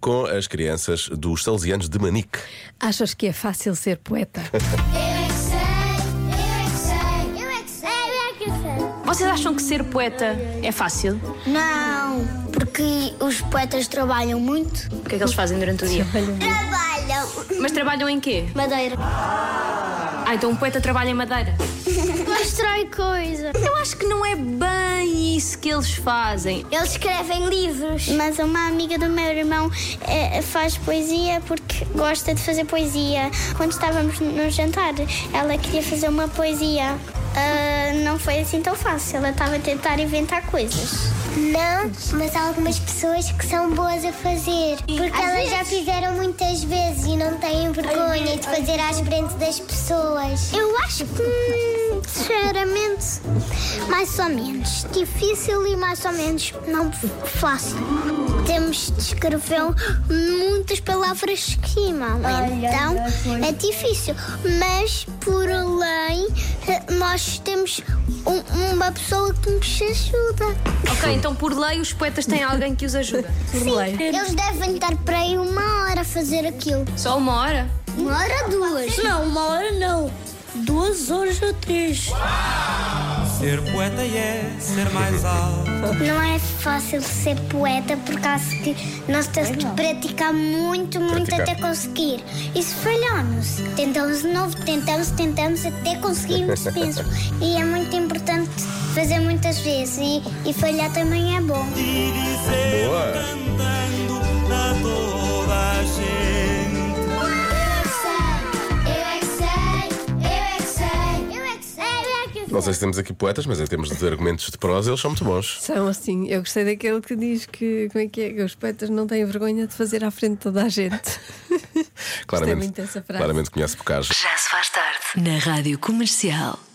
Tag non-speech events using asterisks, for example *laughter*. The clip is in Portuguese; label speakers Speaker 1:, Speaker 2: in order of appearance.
Speaker 1: com as crianças dos Salesianos de Manique.
Speaker 2: Achas que é fácil ser poeta?
Speaker 3: Vocês acham que ser poeta é fácil?
Speaker 4: Não, porque os poetas trabalham muito.
Speaker 3: O que é que eles fazem durante o dia?
Speaker 4: Trabalham.
Speaker 3: Mas trabalham em quê?
Speaker 4: Madeira. *laughs*
Speaker 3: Ah, então um poeta trabalha em madeira.
Speaker 4: Constrói coisa.
Speaker 3: Eu acho que não é bem isso que eles fazem.
Speaker 4: Eles escrevem livros. Mas uma amiga do meu irmão eh, faz poesia porque gosta de fazer poesia. Quando estávamos no jantar, ela queria fazer uma poesia. Ah, não foi assim tão fácil. Ela estava a tentar inventar coisas. Não, mas há algumas pessoas que são boas a fazer. Porque elas já fizeram muitas vezes e não têm vergonha de fazer às frente das pessoas. Eu acho que, hum, sinceramente, mais ou menos. Difícil e mais ou menos não fácil. Temos de escrever muitas palavras que rimam. Então é difícil. Mas por além, eh, nós temos um- uma pessoa que nos ajuda.
Speaker 3: Ok, então por lei os poetas têm alguém que os ajuda.
Speaker 2: Sim.
Speaker 4: Eles devem estar por aí uma hora a fazer aquilo.
Speaker 3: Só uma hora?
Speaker 4: Uma hora, duas. Não, uma hora não. Duas horas ou três.
Speaker 5: Ser poeta é ser mais alto.
Speaker 4: Não é fácil ser poeta por causa que nós temos de praticar muito, muito
Speaker 1: Praticar.
Speaker 4: até conseguir. Isso falhamos. Tentamos de novo, tentamos, tentamos até
Speaker 1: *laughs*
Speaker 4: conseguirmos penso. E é muito importante fazer muitas vezes. E, e falhar também é bom.
Speaker 5: E dizer
Speaker 1: Boa!
Speaker 5: cantando a toda a gente.
Speaker 4: Eu é que sei, eu é que sei, eu é que sei, eu é que sei.
Speaker 1: Não sei se temos aqui poetas, mas em termos de argumentos de prosa, eles são muito bons.
Speaker 2: São assim, eu gostei daquele que diz que como é que é que os poetas não têm vergonha de fazer à frente de toda a gente. Gostei muito dessa frase.
Speaker 1: claramente conhece bocage.
Speaker 6: Já se faz tarde na Rádio Comercial.